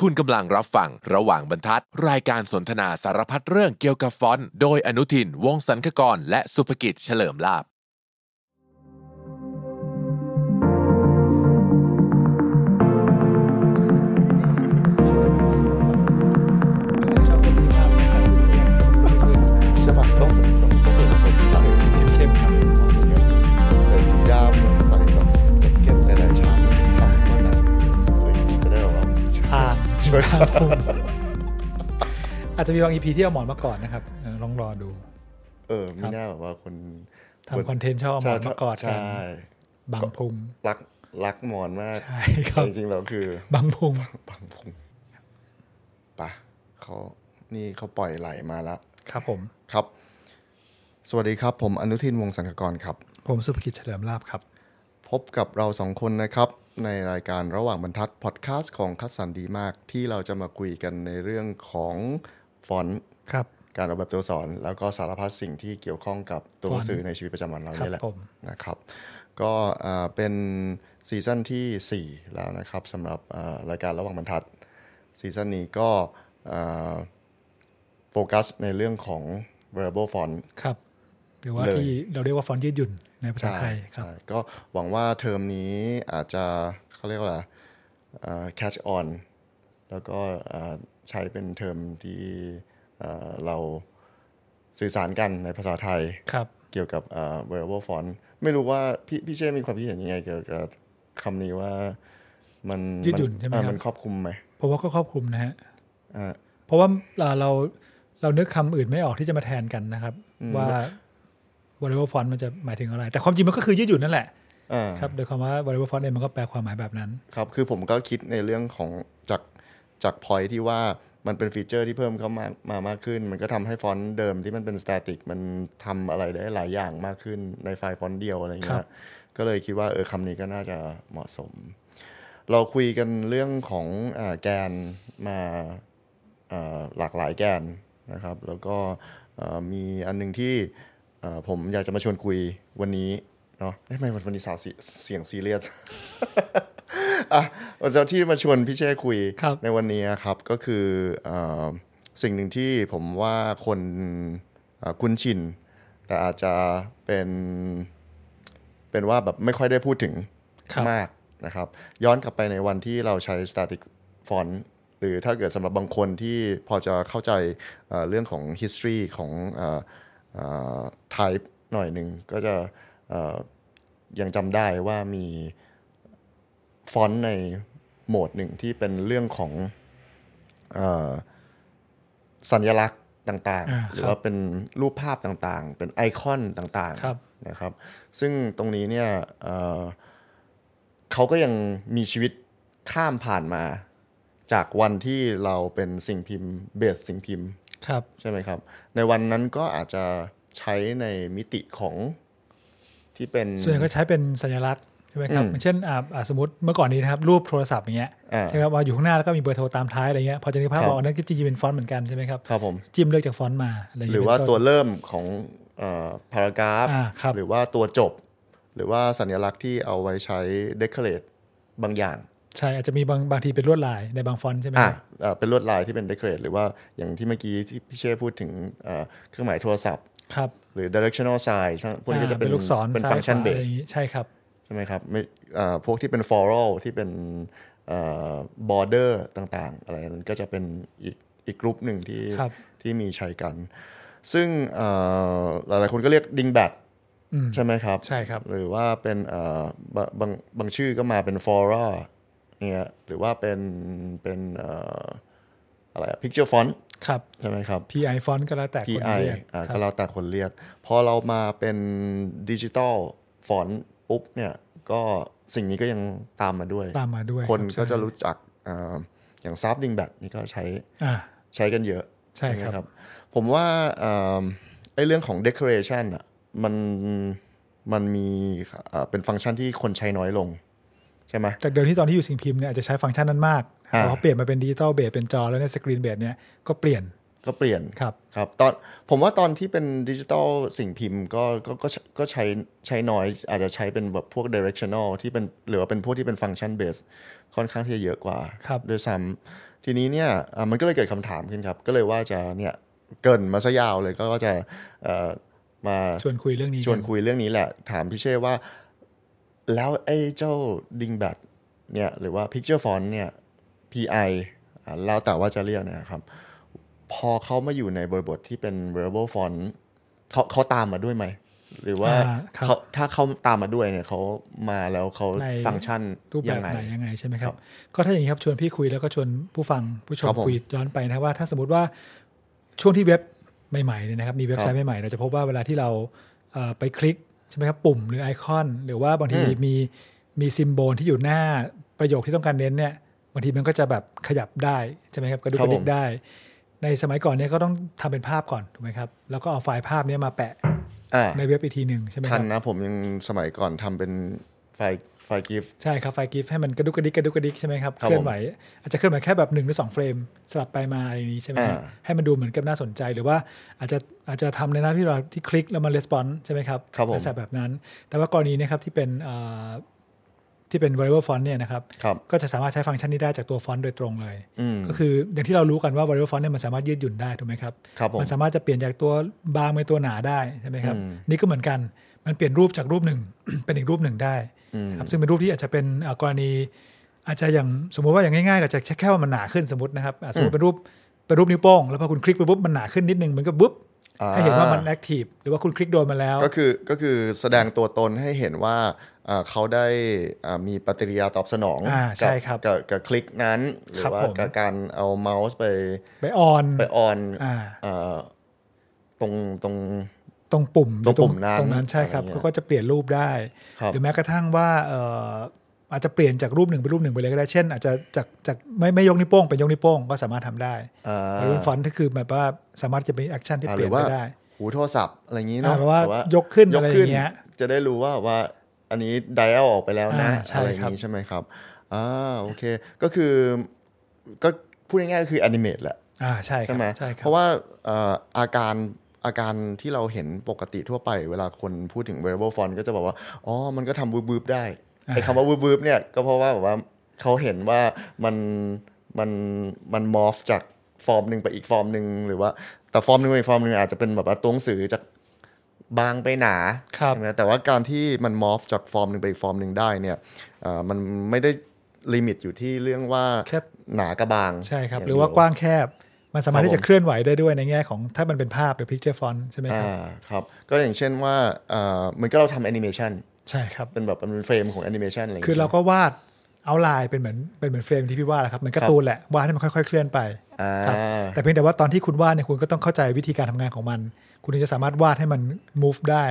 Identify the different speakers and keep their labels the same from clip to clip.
Speaker 1: คุณกำลังรับฟังระหว่างบรรทัด รายการสนทนาสารพัดเรื่องเกี่ยวกับฟอนต์โดยอนุทิน วงศ์สันคกร และสุภกิจเฉลิมลาบ
Speaker 2: ใช่ปะต้องใส่ต้องเปลี่ยนใส่สีใส่สี
Speaker 3: เข้มๆครับ
Speaker 2: ใส่สีดำใส่แบบแจ็คเก็ตหลายๆชั้นต่างกันนะเฮ้ยจะได้หรอ
Speaker 3: ทาช่วยทาผมอาจจะมีบางอีพีที่เอาหมอนมาก่อนนะครับเออลองรอดู
Speaker 2: เออไม่น่าแบบว่าคน
Speaker 3: ทำคอนเทนต์ชอบเอาหมอนมากอดกัน
Speaker 2: ใช่
Speaker 3: บังพุง
Speaker 2: รักรักหมอนมาก
Speaker 3: ใช่ครับ
Speaker 2: แต่จริงๆแล้วคือ
Speaker 3: บังพุง
Speaker 2: บังพงปะเขานี่เขาปล่อยไหลมาละ
Speaker 3: ครับผม
Speaker 2: ครับ สวัสดีครับ ผมอนุทินวงศ์สังคกรครับ
Speaker 3: ผมสุภกิจเฉลิมลาบครับ
Speaker 2: พบกับเราสองคนนะครับ ในรายการระหว่างบรรทัดพอดแคสต์ของคัสสันดีมาก ที่เราจะมาคุยกันในเรื่องของฟอนต์
Speaker 3: ครับ
Speaker 2: การออกแบบตัวอักษร แล้วก็สารพัดสิ่งที่เกี่ยวข้องกับตัวหนังสือ
Speaker 3: ฟอนต์
Speaker 2: ในชีวิตประจำวันเรา
Speaker 3: ครับ
Speaker 2: เนี่ยแหละ
Speaker 3: ผม
Speaker 2: นะครับ ก็เอ่อเป็นซีซั่นที่ 4 แล้วนะครับสำหรับเอ่อรายการระหว่างบรรทัดซีซั่นนี้ก็เอ่อโฟกัสในเรื่องของ variable font
Speaker 3: ครับ หรือว่า
Speaker 2: เลย
Speaker 3: ที่เราเรียกว่าฟอนต์ยืดหยุ่นในภาษาไทยครับ
Speaker 2: ใช่ก็หวังว่าเทอมนี้อาจจะเขาเรียกว่าอะไรเอ่อ catch on แล้วก็เอ่อใช้เป็นเทอมที่เอ่อเราสื่อสารกันในภาษาไทย
Speaker 3: ครับ
Speaker 2: เกี่ยวกับเอ่อ variable font ไม่รู้ว่าพี่พี่เช่มีความคิดเห็นยังไงเกี่ยวกับคำนี้ว่ามัน
Speaker 3: ยืดหยุ่นใช่ไหมค
Speaker 2: อ่ะ
Speaker 3: รับ
Speaker 2: มันครอบคลุมไหม
Speaker 3: เพราะว่าก็ครอบคลุมนะฮะ
Speaker 2: อ่ะ
Speaker 3: เพราะว่าเราเราเรานึกคำอื่นไม่ออกที่จะมาแทนกันนะครับ ว่าบริวารฟอนต์มันจะหมายถึงอะไร แต่ความจริงมันก็คือยืดหยุ่นนั่นแหละ
Speaker 2: อ่ะ
Speaker 3: ครับโดยคำว่าบริวารฟอนต์เองมันก็แปลความหมายแบบนั้น
Speaker 2: ครับ คือผมก็คิดในเรื่องของจากจากพอยที่ว่ามันเป็นฟีเจอร์ที่เพิ่มเข้ามามามากขึ้น มันก็ทำให้ฟอนต์เดิมที่มันเป็นสแตติกมันทำอะไรได้หลายอย่างมากขึ้นในไฟล์ฟอนต์เดียวอะไรอย่าง
Speaker 3: ค
Speaker 2: เงี้
Speaker 3: รั
Speaker 2: ย
Speaker 3: บ
Speaker 2: ก็เลยคิดว่าเออคำนี้ก็น่าจะเหมาะสม เราคุยกันเรื่องของอาแกนมาอ่าหลากหลายแกนนะครับ แล้วก็อ่ามีอันหนึงที่อ่าผมอยากจะมาชวนคุยวันนี้เนาะเอ๊ะทำไมวันนี้สาวเสียเสียงซีเรียส อ่ะเจ้าที่มาชวนพี่เช่คุย
Speaker 3: ครับ
Speaker 2: ในวันนี้ครับก็คือเอ่อสิ่งหนึ่งที่ผมว่าคนเอ่อคุ้นชิน แต่อาจจะเป็นเป็นว่าแบบไม่ค่อยได้พูดถึง
Speaker 3: ครับ
Speaker 2: มากนะครับ ย้อนกลับไปในวันที่เราใช้ static font หรือถ้าเกิดสำหรับบางคนที่พอจะเข้าใจเอ่อเรื่องของ history ของเอ่อเอ่อ type หน่อยหนึ่งก็จะเอ่อยังจำได้ว่ามี ฟอนต์ในโหมดหนึ่งที่เป็นเรื่องของเออสัญลักษณ์ต่าง
Speaker 3: อ่า
Speaker 2: ๆ หรือว่าเป็นรูปภาพต่างๆ เป็นไอคอนต่าง
Speaker 3: ครับ
Speaker 2: ๆนะครับ ซึ่งตรงนี้เนี่ยเอ่อเขาก็ยังมีชีวิตข้ามผ่านมา จากวันที่เราเป็นสิ่งพิมพ์เบสสิ่งพิมพ์
Speaker 3: ครับ
Speaker 2: ใช่ไหมครับ ในวันนั้นก็อาจจะใช้ในมิติของที่เป็น
Speaker 3: ส่วนใหญ่ก็ใช้เป็นสัญลักษณ์ใช่ไหมครับ
Speaker 2: อืม
Speaker 3: อย่างเช่นอ่าอ่าสมมติเมื่อก่อนนี้นะครับ รูปโทรศัพท์อย่างเงี้ย
Speaker 2: อ่า
Speaker 3: ใช่ไหมครับว่าอยู่ข้างหน้าแล้วก็มีเบอร์โทรตามท้ายอะไรเงี้ยพอจะนึกภาพ
Speaker 2: ครับ
Speaker 3: ออกนั่นก็จริงๆเป็นฟอนต์เหมือนกันใช่ไหมครับ
Speaker 2: ครับผม
Speaker 3: จิ้มเลือกจากฟอนต์มาอะไรอย่ง
Speaker 2: ห
Speaker 3: เงี้
Speaker 2: รื
Speaker 3: ย
Speaker 2: อว่า
Speaker 3: เป็นน
Speaker 2: ตัวเริ่มของพารากราฟ
Speaker 3: อ่าครับ
Speaker 2: หรือว่าตัวจบ หรือว่าสัญลักษณ์ที่เอาไว้ใช้เดคอเรทบางอย่าง
Speaker 3: ใช่อาจจะมีบางบางทีเป็นลวดลายในบางฟอนต์ใช่ไหมค
Speaker 2: อ่ะ
Speaker 3: รับ
Speaker 2: อ่าเป็นลวดลายที่เป็นเดคอเรทหรือว่าอย่างที่เมื่อกี้ที่พี่เช่พูดถึงเอ่อเครื่องหมายโทรศัพท์
Speaker 3: ครับ
Speaker 2: หรือ directional sign ทั้งพวกนี้ก็จะ
Speaker 3: อ่า
Speaker 2: เป็น
Speaker 3: ลูกศร
Speaker 2: เป็น
Speaker 3: ซ้าย
Speaker 2: ฟังก์ชัน
Speaker 3: ขวา
Speaker 2: เบ
Speaker 3: อะ
Speaker 2: ส
Speaker 3: ไรอย่างงี้ใช่ครับ
Speaker 2: ใช่ไหมครับไม่อ่าพวกที่เป็น floral ที่เป็นเอ่อ border ต่างๆ อะไรนั้นก็จะเป็นอีกอีกกลุ่มหนึ่งที่
Speaker 3: ครับ
Speaker 2: ที่มีใช้กัน ซึ่งเอ่อหลายๆคนก็เรียกดิงแบ t
Speaker 3: อืม
Speaker 2: ใช่ไหมครับ
Speaker 3: ใช่ครับ
Speaker 2: หรือว่าเป็นเอ่อบะบางบางชื่อก็มาเป็นฟอร่าเนี่ยหรือว่าเป็นเป็นเอ่ออะไรพิกเจอร์ฟอนต์
Speaker 3: ครับ
Speaker 2: ใช่ไหมครับ
Speaker 3: PI ฟอนต์ก็แล้วแต่คน
Speaker 2: PI
Speaker 3: เรียก
Speaker 2: อ่า
Speaker 3: ครั
Speaker 2: ก็
Speaker 3: บ
Speaker 2: แล้วแต่คนเรียก พอเรามาเป็นดิจิตอลฟอนต์ปุ๊บเนี่ยก็สิ่งนี้ก็ยังตามมาด้วย
Speaker 3: ตามมาด้วย
Speaker 2: คน
Speaker 3: บ
Speaker 2: ก็จะ
Speaker 3: ใช่
Speaker 2: รู้จักเอ่ออย่างซับดิงแบทนี่ก็ใช้
Speaker 3: อ่า
Speaker 2: ใช้กันเยอะ
Speaker 3: ใช่ครับ
Speaker 2: ไหมผมว่าเอิ่มไอ้เรื่องของ decoration อ่ะมันมันมีเอ่อเป็นฟังก์ชันที่คนใช้น้อยลง ใช่ไหม
Speaker 3: จากเดิมที่ตอนที่อยู่สิ่งพิมพ์เนี่ยอาจจะใช้ฟังก์ชันนั้นมาก
Speaker 2: อ่า
Speaker 3: แต่พอเปลี่ยนมาเป็นดิจิตอลเบสเป็นจอแล้วเนี่ยสกรีนเบสเนี่ยก็เปลี่ยน
Speaker 2: ก็เปลี่ยน
Speaker 3: ครับ
Speaker 2: ครับตอนผมว่าตอนที่เป็นดิจิตอลสิ่งพิมพ์ก็ก็ก็ใช้ก็ใช้ใช้น้อย อาจจะใช้เป็นแบบพวก directional ที่เป็นหรือว่าเป็นพวกที่เป็นฟังก์ชัน base ค่อนข้างที่จะเยอะกว่า
Speaker 3: ครับ
Speaker 2: ด้วยซ้ำ ทีนี้เนี่ยอ่ะมันก็เลยเกิดคำถามขึ้นครับ ก็เลยว่าจะเนี่ยเกรินมาซะยาวเลยก็ว่าจะเอ่อมา
Speaker 3: ชวนคุยเรื่องนี้
Speaker 2: ชวนคุยเรื่องนี้แหละ ถามพี่เช่ว่า แล้วไอ้เจ้าดิงแบทเนี่ยหรือว่า Picture Font เนี่ย PI อ่าแล้วแต่ว่าจะเรียกนะครับ พอเขามาอยู่ในบริบทที่เป็น Variable Font เขาเขาตามมาด้วยไหม หรือว่า
Speaker 3: อ่ครับ
Speaker 2: เขาถ้าเขาตามมาด้วยเนี่ยเขามาแล้วเขา
Speaker 3: ใน
Speaker 2: ฟังก์ชัน
Speaker 3: รูปแบ
Speaker 2: ยัง
Speaker 3: บ
Speaker 2: ไง
Speaker 3: ไหนยังไงใช่ไหมครั
Speaker 2: ครับ บ
Speaker 3: ก็ถ้าอย่างนี้ครับชวนพี่คุยแล้วก็ชวนผู้ฟังผู้ช
Speaker 2: ครั
Speaker 3: ม
Speaker 2: บผม
Speaker 3: คุยย้อนไปนะครับว่าถ้าสมมติว่าช่วงที่เว็บใหม่ๆเนี่ยนะครับมีเว็บไซต์
Speaker 2: ครับ
Speaker 3: ใหม่ๆเราจะพบว่าเวลาที่เราเอ่อไปคลิกใช่ไหมครับปุ่มหรือไอคอน หรือว่าบางที
Speaker 2: อืม
Speaker 3: มีมีซิมโบลที่อยู่หน้าประโยคที่ต้องการเน้นเนี่ยบางทีมันก็จะแบบขยับได้ใช่ไหมครับกระดุกกระดิกได้ ในสมัยก่อนเนี่ยก็ต้องทำเป็นภาพก่อนถูกไหมครับแล้วก็เอาไฟล์ภาพเนี้มาแปะ
Speaker 2: อ่า
Speaker 3: ในเว็บอีกทีหนึ่งใช่ไหมครั
Speaker 2: ทัน
Speaker 3: บ
Speaker 2: นะผมยังสมัยก่อนทำเป็นไฟล์ไฟล์กิฟ
Speaker 3: ใช่ครับไฟล์กิฟต์ให้มันกระดุกกระดิกกระดุกกระดิกใช่ไหมครับ
Speaker 2: ครับ
Speaker 3: เคลื่อนไหวอาจจะเคลื่อนไหวแค่แบบหนึ่งหรือสองเฟรมสลับไปมาอะไรอย่างนี้ใช่ไหมฮะ
Speaker 2: อ่า
Speaker 3: ให้มันดูเหมือนกับน่าสนใจหรือว่าอาจจะอาจจะทำในหน้าที่เราที่คลิกแล้วมันรีสปอนส์ใช่ไหมครับ
Speaker 2: ครับผ
Speaker 3: ลั
Speaker 2: ม
Speaker 3: กษณะแบบนั้น แต่ว่ากรณีเนะครับที่เป็นเอ่อที่เป็น variable font เนี่ยนะครับ
Speaker 2: ครับ
Speaker 3: ก็จะสามารถใช้ฟังก์ชันนี้ได้จากตัวฟอนต์โดยตรงเลย
Speaker 2: อืม
Speaker 3: ก็คืออย่างที่เรารู้กันว่า variable font เนี่ยมันสามารถยืดหยุ่นได้ถูกไหมครับ
Speaker 2: ครับผม
Speaker 3: มันสามารถจะเปลี่ยนจากตัวบางเป็นตัวหนาได้ใช่ไหมครับ
Speaker 2: อืม
Speaker 3: นี่ก็เหมือนกันมันเปลี่ยนรูปจากรูปหนึ่ง เป็นอีกรูปหนึ่งได้นะครับซึ่งเป็นรูปที่อาจจะเป็นเอ่อกรณี อาจจะอย่างสมมติว่าอย่างง่ายๆก็จะแค่ว่ามันหนาขึ้นสมมตินะครับอ่ะสมมติเป็นรูปเป็นรูปนิ้วโป้งแล้วพอคุณคลิกไปปุ๊บมันหนาขึ้นนิดนึงมันก็บุ๊บ
Speaker 2: อ่า
Speaker 3: ให้เห็นว่ามันแอคทีฟหรือว่าคุณคลิกโดนมาแล้ว
Speaker 2: ก็คือก็คือแสดงตัวตนให้เห็นว่าเอ่อเขาได้อ่ามีปฏิกิริยาตอบสนอง
Speaker 3: อ่าใช่
Speaker 2: กั
Speaker 3: ครับ
Speaker 2: กับกับคลิกนั้น หรื
Speaker 3: ครั
Speaker 2: อบ ว่า
Speaker 3: ผม
Speaker 2: กับการเอาเมาส์ไป
Speaker 3: ไปออน
Speaker 2: ไปออน
Speaker 3: อ่า
Speaker 2: เอ่อตรงตรง
Speaker 3: ตรงปุ่ม
Speaker 2: ตรงปุ่ม
Speaker 3: หอ
Speaker 2: นั้น
Speaker 3: ตรงนั้นใช่ครับ
Speaker 2: อะไรเงี้ย
Speaker 3: เขาก็จะเปลี่ยนรูปได้
Speaker 2: ครับ
Speaker 3: หรือแม้กระทั่งว่าเอ่ออาจจะเปลี่ยนจากรูปหนึ่งเป็นรูปหนึ่งไปเลยก็ได้เช่น อาจจะจากจากไม่ไม่ยกนิ้วโป้งเป็นยกนิ้วโป้งก็สามารถทำได้
Speaker 2: อ่า
Speaker 3: หรือฟอนต์ก็คือแบบว่าสามารถจะมีแอคชั่นที่
Speaker 2: อ่า
Speaker 3: เป
Speaker 2: ห
Speaker 3: ลี่ย
Speaker 2: รื
Speaker 3: นไป
Speaker 2: อว่า
Speaker 3: ได้
Speaker 2: หูโทรศัพท์อะไรอย่างนี้
Speaker 3: อ่า
Speaker 2: เนาะ
Speaker 3: หรือว่ายกขึ้นอะไรอย่างเงี้ย
Speaker 2: จะได้รู้ว่าว่าอันนี้ไดอ l ออกไปแล้วนะ
Speaker 3: อ่าใช่
Speaker 2: อะไรอย่าง
Speaker 3: ครั
Speaker 2: นี้
Speaker 3: บ
Speaker 2: ใช่ไหมครับอ่าโอเค ก็คือก็พูดง่ายๆก็คือแอนิเมตแหละ
Speaker 3: อ่าใช่ค
Speaker 2: ใช่
Speaker 3: รับ
Speaker 2: ไหม
Speaker 3: ใช่ครั
Speaker 2: เพราะว่าเอ่ออาการอาการที่เราเห็นปกติทั่วไป เวลาคนพูดถึง variable font ก็จะบอกว่า อ๋อ มันก็ทำวืบวืบได้ไอ้คำว่าวืบวืบเนี่ยก็เพราะว่าแบบว่าเขาเห็นว่ามันมันมันมอฟจากฟอร์มหนึ่งไปอีกฟอร์มหนึ่งหรือว่าแต่ฟอร์มหนึ่งไปอีกฟอร์มหนึ่งอาจจะเป็นแบบว่าตัวหนังสือจากบางไปหนา
Speaker 3: ครับ
Speaker 2: ใช่ไหมแต่ว่าการที่มันมอฟจากฟอร์มหนึ่งไปอีกฟอร์มหนึ่งได้เนี่ยเอ่อมันไม่ได้ลิมิตอยู่ที่เรื่องว่า
Speaker 3: แค่
Speaker 2: หนากระบาง
Speaker 3: ใช่ครับ
Speaker 2: ย่
Speaker 3: ห
Speaker 2: เดีย
Speaker 3: รือว่ากว้างแคบ มันสามารถ
Speaker 2: ครับ
Speaker 3: ที่จะ
Speaker 2: ผม
Speaker 3: เคลื่อนไหวได้ด้วยในแง่ของถ้ามันเป็นภาพหรือพิกเจอร์ฟอนต์ใช่ไหมครับ
Speaker 2: อ่าครับก็อย่างเช่นว่าเอ่อเหมือนก็เราทำแอนิเมชัน
Speaker 3: ใช่ครับ
Speaker 2: เป็นแบบเป็นเฟรมของแอนิเมชันอะไรย่ง
Speaker 3: คือ
Speaker 2: งี้ย
Speaker 3: เราก็วาดเอาไลน์เป็นเหมือนเป็นเหมือนเฟรมที่พี่ว่าแหละครับเหมือนการ์ตูนแหละวาดให้มันค่อยๆเคลื่อนไป
Speaker 2: อ่า
Speaker 3: ครับแต่เพียงแต่ว่าตอนที่คุณวาดเนี่ยคุณก็ต้องเข้าใจวิธีการทำงานของมัน คุณถึงจะสามารถวาดให้มัน move ได้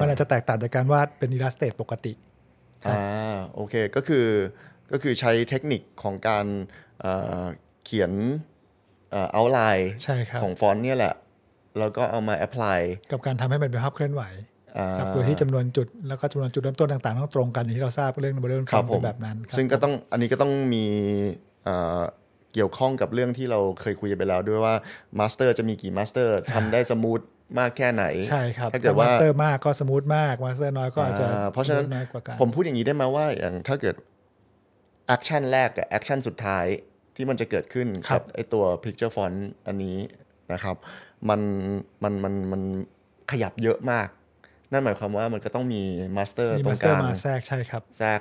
Speaker 3: มันอาจจะแตกต่างจากการวาดเป็นอิลลัสเต e ปกติ
Speaker 2: อ่าโอเคก็คือก็คือใช้เทคนิคของการเอ่อเขียนเอาไลน์
Speaker 3: ใช่ครับ
Speaker 2: ของฟอนต์เนี่ยแหละ แล้วก็เอามาแอพพลาย
Speaker 3: กับการทำให้มันเป็นภาพเคลื่อนไหว
Speaker 2: อ่า
Speaker 3: ครับโดยที่จำนวนจุดแล้วก็จำนวนจุดเริ่มต้นต่างๆต้องตรงกันอย่างที่เราทราบเรื่องบริเวณ
Speaker 2: ครับผ
Speaker 3: เป็
Speaker 2: ม
Speaker 3: นแบบนั้นครับ
Speaker 2: ซึ่งก็ต้องอันนี้ก็ต้องมีเอ่อเกี่ยวข้องกับเรื่องที่เราเคยคุยไปแล้วด้วยว่ามาสเตอร์จะมีกี่มาสเตอร์ทำได้สมูทมากแค่ไหน
Speaker 3: ใช่ครับ
Speaker 2: ถ้าเกิดว่า
Speaker 3: มาสเตอร์มากก็สมูทมากมาสเตอร์น้อยก็อาจจะ
Speaker 2: อ่าเพราะฉะนั้
Speaker 3: ส
Speaker 2: น
Speaker 3: มูทน้อยกว่ากัน
Speaker 2: ผมพูดอย่างนี้ได้ไหมว่าอย่างถ้าเกิดแอคชั่นแรกกับแอคชั่นสุดท้ายที่มันจะเกิดขึ้นกัไอตัว Picture Font อันนี้นะครับ มันมันมันมันขยับเยอะมาก นั่นหมายความว่ามันก็ต้องมีมาสเตอร์
Speaker 3: มี
Speaker 2: ตร
Speaker 3: มาง ส
Speaker 2: ก
Speaker 3: เตอร์
Speaker 2: ลาง
Speaker 3: มาแทรกใช่ครับ
Speaker 2: แทรก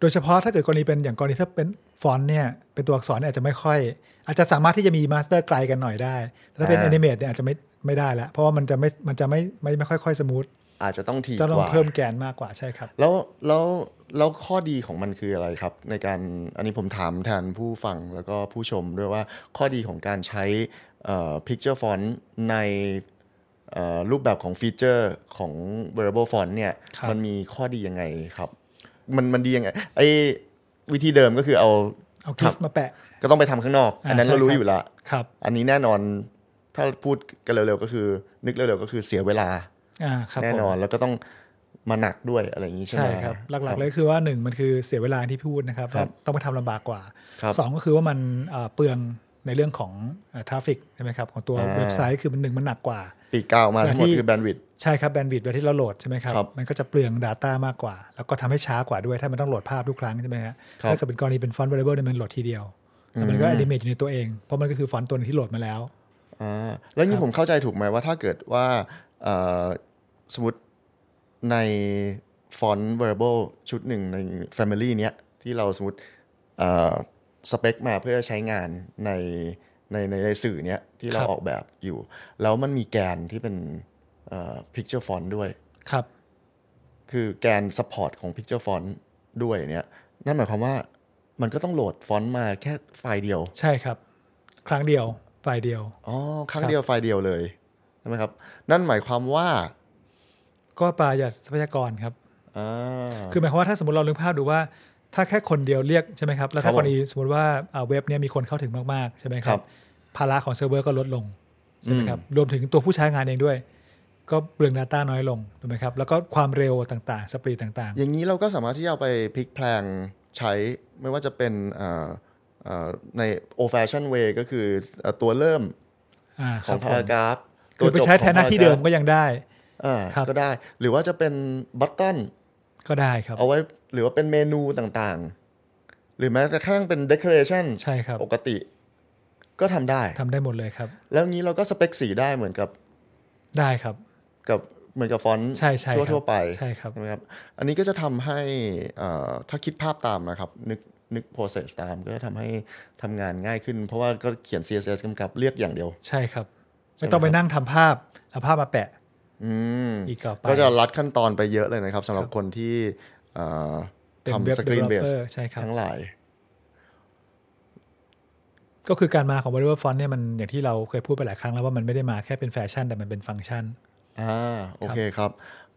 Speaker 3: โดยเฉพาะถ้าเกิดกรณีเป็นอย่างกรณีถ้าเป็นฟอนต์เนี่ยเป็นตัวอักษรเนี่ยอาจจะไม่ค่อย อาจจะสามารถที่จะมีมาสเตอร์ไกลกันหน่อยได้แต่ถ้าเป็นแอ
Speaker 2: อ่า
Speaker 3: นิเมตเนี่ยอาจจะไม่ไม่ได้ละเพราะว่ามันจะไม่มันจะไม่ไม่ไม่ค่อยค่อยสมูท
Speaker 2: อาจจะต้องที
Speaker 3: จะต้อง
Speaker 2: กว่า
Speaker 3: เพิ่มแกนมากกว่าใช่ครับ
Speaker 2: แล้วแล้วแล้วข้อดีของมันคืออะไรครับ ในการอันนี้ผมถามแทนผู้ฟังแล้วก็ผู้ชมด้วยว่าข้อดีของการใช้เอ่อ picture font ในเอ่อรูปแบบของฟีเจอร์ของ variable font เนี่ย
Speaker 3: ครับ
Speaker 2: มันมีข้อดียังไงครับ มันมันดียังไงไอ้วิธีเดิมก็คือเอา
Speaker 3: เอาคลิป
Speaker 2: ท
Speaker 3: มาแปะ
Speaker 2: ำก็ต้องไปทำข้างนอก
Speaker 3: อ่า
Speaker 2: อันนั้นเรา
Speaker 3: ใช่
Speaker 2: รู้
Speaker 3: ครับ
Speaker 2: อยู่ละ
Speaker 3: ครับ
Speaker 2: อันนี้แน่นอนถ้าพูดกันเร็วๆก็คือ นึกเร็วๆก็คือเสียเวลา
Speaker 3: อ่าครับ
Speaker 2: แน่นอน
Speaker 3: ผม
Speaker 2: แล้วก็ต้องมาหนักด้วยอะไรอย่างนี้ใช่ไห
Speaker 3: ใช่
Speaker 2: ม
Speaker 3: ครับ หลักๆเลยคือว่าหนึ่งมันคือเสียเวลาที่พูดนะครับ
Speaker 2: ครับ
Speaker 3: ต้องไปทำลำบากกว่า
Speaker 2: ครับ
Speaker 3: สองก็คือว่ามันเอ่อเปลืองในเรื่องของทราฟิกใช่ไหมครับของตัว
Speaker 2: อ่า
Speaker 3: เว็บไซต์คือมันหนึ่งมันหนักกว่า
Speaker 2: ปีกกาวมาทั้งหมด
Speaker 3: ที่
Speaker 2: คือแบนด์วิด
Speaker 3: ใช่ครับแบนด์วิดต์เวลาที่เราโหลดใช่ไหมครับ
Speaker 2: ครับ
Speaker 3: มันก็จะเปลือง Data มากกว่า แล้วก็ทำให้ช้ากว่าด้วยถ้ามันต้องโหลดภาพทุกครั้งใช่ไหมฮะ
Speaker 2: ครับ
Speaker 3: ถ้าเกิดเป็นกรณีเป็นฟอนต์ variable เนี่ยมันโหลดทีเดียว แล้วมันก็ animate อยู่ในตัวเอง เพราะมันก็คือฟอนต์ตัวหนึงที่โหลดมาแล้ว
Speaker 2: อ่าแล้วนี่ผมเข้าใจถูกไหมว่าถ้าเกิดว่าเอ่อสมมติในฟอนต์ variable ชุดหนึ่งใน family เนี้ยที่เราสมมติเอ่อสเปคมาเพื่อใช้งานในในในในสื่อเนี้ยที่เรา
Speaker 3: ครับ
Speaker 2: ออกแบบอยู่ แล้วมันมีแกนที่เป็นเอ่อ picture font ด้วย
Speaker 3: ครับ
Speaker 2: คือแกน support ของ picture font ด้วยเนี่ยนั่นหมายความว่ามันก็ต้องโหลดฟอนต์มาแค่ไฟล์เดียว
Speaker 3: ใช่ครับ ครั้งเดียวไฟล์เดียว
Speaker 2: อ๋อครั้ง
Speaker 3: ครับ
Speaker 2: เดียวไฟล์เดียวเลยใช่ไหมครับ นั่นหมายความว่า
Speaker 3: ก็ปราหยัดทรัพยากรครับ
Speaker 2: อ่า
Speaker 3: คือหมายความว่าถ้าสมมติเรานึกภาพดูว่า ถ้าแค่คนเดียวเรียกใช่ไหมครับแล้วถ้า
Speaker 2: ครับ
Speaker 3: ก
Speaker 2: ผม
Speaker 3: รณีสมมติว่าอ่าเว็บเนี้ยมีคนเข้าถึงมากๆใช่ไหมค
Speaker 2: ครั
Speaker 3: รับบ ภาระของเซิร์ฟเวอร์ก็ลดลงใช่ไหมครับรวมถึงตัวผู้ใช้งานเองด้วย ก็เปลือง Data น้อยลงถูกไหมครับแล้วก็ความเร็วต่างๆ สปีดต่าง
Speaker 2: อย่างนี้เราก็สามารถที่จะเอาไปพลิกแพลงใช้ไม่ว่าจะเป็นเอ่อเอ่อใน old fashion way ก็คือเอ่อตัวเริ่ม
Speaker 3: ๆอ่า
Speaker 2: ข
Speaker 3: ค
Speaker 2: อ
Speaker 3: รั
Speaker 2: ง
Speaker 3: บ
Speaker 2: พารากราฟ
Speaker 3: คื
Speaker 2: ตัว
Speaker 3: อไปใช้แทนหน้าที่เดิมก็ยังได้
Speaker 2: อ่า
Speaker 3: ครับ
Speaker 2: ก็ได้ หรือว่าจะเป็นบัต t ัน
Speaker 3: ก็ได้ครับ
Speaker 2: เอาไว้หรือว่าเป็นเมนูต่างๆ หรือแม้กระทั่งเป็น decoration
Speaker 3: ใช่ครับ
Speaker 2: ปกติ ก็ทำได้
Speaker 3: ทำได้หมดเลยครับ
Speaker 2: แล้วงี้เราก็สเปคสีได้เหมือนกับ
Speaker 3: ได้ครับ
Speaker 2: กับเหมือนกับฟอนต์
Speaker 3: ใช่ใช่
Speaker 2: ทั่ว
Speaker 3: ครับ
Speaker 2: ทั่วไป
Speaker 3: ใช่ครับ
Speaker 2: ไหมครับ อันนี้ก็จะทำให้เอ่อถ้าคิดภาพตามนะครับ นึกนึก process ตามก็จะทำให้ทำงานง่ายขึ้น เพราะว่าก็เขียน CSS กำกับเรียกอย่างเดียว
Speaker 3: ใช่ครับ ไม่ต้องไปนั่งทำภาพเอาภาพมาแปะ
Speaker 2: อืม
Speaker 3: อีกต่อไป
Speaker 2: ก็จะรัดขั้นตอนไปเยอะเลยนะครับสำหรับคนที่เอ่อ
Speaker 3: เป็นเว็บ
Speaker 2: ทำสกรีนเบส
Speaker 3: developer ใช่ครับ
Speaker 2: ทั้งหลาย
Speaker 3: ก็คือการมาของ Variable Font เนี่ยมันอย่างที่เราเคยพูดไปหลายครั้งแล้วว่ามันไม่ได้มาแค่เป็นแฟชั่นแต่มันเป็นฟังก์ชัน
Speaker 2: อ่าโอเคครับ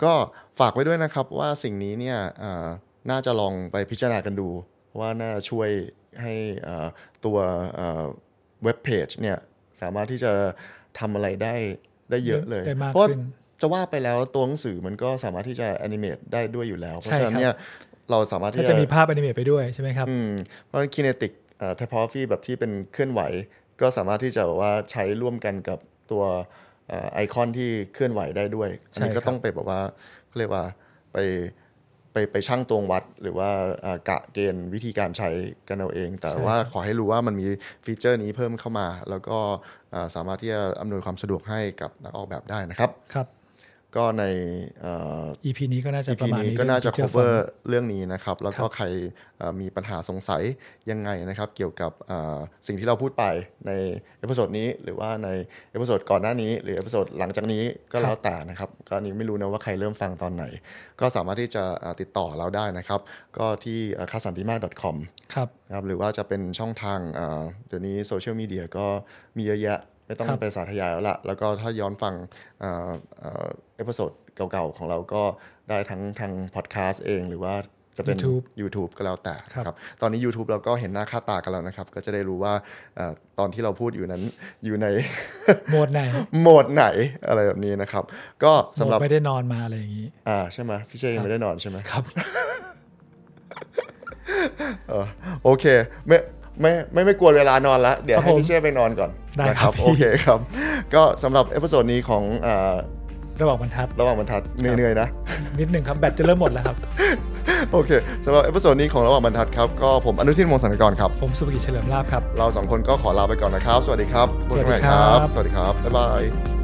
Speaker 2: ก็ฝากไว้ด้วยนะครับว่าสิ่งนี้เนี่ยเอ่อน่าจะลองไปพิจารณากันดู ว่าน่าจะช่วยให้เอ่อตัวเว็บเพจเนี่ยสามารถที่จะทำอะไรได้ได้เยอะเลย
Speaker 3: ได้มาก
Speaker 2: เพราะ
Speaker 3: ขึ้น
Speaker 2: จะว่าไปแล้วตัวหนังสือมันก็สามารถที่จะแอนิเมตได้ด้วยอยู่แล้ว เพราะ
Speaker 3: ใช่
Speaker 2: ฉะ
Speaker 3: ครับ
Speaker 2: นั้นเนี่ยเราสามารถที่
Speaker 3: ถ้า
Speaker 2: จะ
Speaker 3: จะมีภาพอนิเมตไปด้วยใช่ไหมครับ
Speaker 2: อืมเพราะคินเนติกเทปอฟีแบบที่เป็นเคลื่อนไหว ก็สามารถที่จะแบบว่าใช้ร่วมกันกับตัวเอ่อไอคอนที่เคลื่อนไหวได้ด้วย อันนี้
Speaker 3: ใช่ครั
Speaker 2: ก็
Speaker 3: บ
Speaker 2: ต้องไปแบบว่าเขาเรียกว่าไปไปไปช่างตวงวัดหรือว่าเอ่อกะเกณฑ์วิธีการใช้กันเอาเอง แต่ว่าขอให้รู้ว่ามันมีฟีเจอร์นี้เพิ่มเข้ามา แล้วก็เอ่อสามารถที่จะอำนวยความสะดวกให้กับนักออกแบบได้นะครับ
Speaker 3: ครับ
Speaker 2: ก็ในเอ่อ
Speaker 3: EP นี้ก็น่าจะประ
Speaker 2: ที
Speaker 3: มาณ
Speaker 2: นี้
Speaker 3: นี้
Speaker 2: ก็น่าจะ
Speaker 3: เรื่อง feature
Speaker 2: cover
Speaker 3: font
Speaker 2: เรื่องนี้นะครับ แล้วก็ใครเอ่อมีปัญหาสงสัยยังไงนะครับ เกี่ยวกับเอ่อสิ่งที่เราพูดไปในเอพิโซดนี้ หรือว่าในเอพิโซดก่อนหน้านี้ หรือเอพิโซดหลังจากนี้ก็แล้วแต่นะครับ ก็อันนี้ไม่รู้นะว่าใครเริ่มฟังตอนไหน ก็สามารถที่จะเอ่อติดต่อเราได้นะครับ ก็ที่คาสันติมา .com
Speaker 3: ครับ
Speaker 2: นะครับหรือว่าจะเป็นช่องทางเอ่อเดี๋ยวนี้โซเชียลมีเดียก็มีเยอะแยะ ไม่ต้อง
Speaker 3: ครับ
Speaker 2: ไปสาธยายแล้วละแล้วก็ถ้าย้อนฟังเอ่อเอ่อเอพิโซดเก่าๆ ของเราก็ได้ทั้งทางพอดแคสต์เองหรือว่าจะเป็น
Speaker 3: YouTube
Speaker 2: YouTube ก็แล้วแต่
Speaker 3: ครับ
Speaker 2: ตอนนี้ YouTube เราก็เห็นหน้าค่าตากันแล้วนะครับ ก็จะได้รู้ว่าเอ่อตอนที่เราพูดอยู่นั้นอยู่ใน
Speaker 3: โหมดไหน
Speaker 2: โหมดไหนอะไรแบบนี้นะครับ ก็
Speaker 3: สำ
Speaker 2: สำ
Speaker 3: ห
Speaker 2: ห
Speaker 3: รั
Speaker 2: รั
Speaker 3: บบ ไม่ได้นอนมาอะไรอย่างนี้
Speaker 2: อ่าใช่ไหมพี่เชยยังไม่ได้นอนใช่ไหม
Speaker 3: ครับ
Speaker 2: เออโอเคไม่ไม่ไม่ไม่กวนเวลานอนละเดี๋ยว
Speaker 3: ครับ
Speaker 2: ให้
Speaker 3: ผม
Speaker 2: พี่เช่ไปนอนก่อน
Speaker 3: ได้
Speaker 2: นะครับ
Speaker 3: พี่
Speaker 2: โอเค ครับ ก็สำหรับเอพิโซดนี้ของอ่า
Speaker 3: ระหว่างบรรทัด
Speaker 2: ระหว่างบรรทัดเหนื่อยๆนะ
Speaker 3: นิดหนึ่งครับแบตจะเริ่มหมดแล้วครับ
Speaker 2: โอเคสำหรับเอพิโซดนี้ของระหว่างบรรทัดครับก็ผมอนุทินวงศ์สันกรครับ
Speaker 3: ผมสุภกิจเฉลิมลาบครับ
Speaker 2: เราสองคนก็ขอลาไปก่อนนะครับ สวัสดีครับ
Speaker 3: สวัสดีครับ
Speaker 2: สวัสดีครับ บ๊ายบาย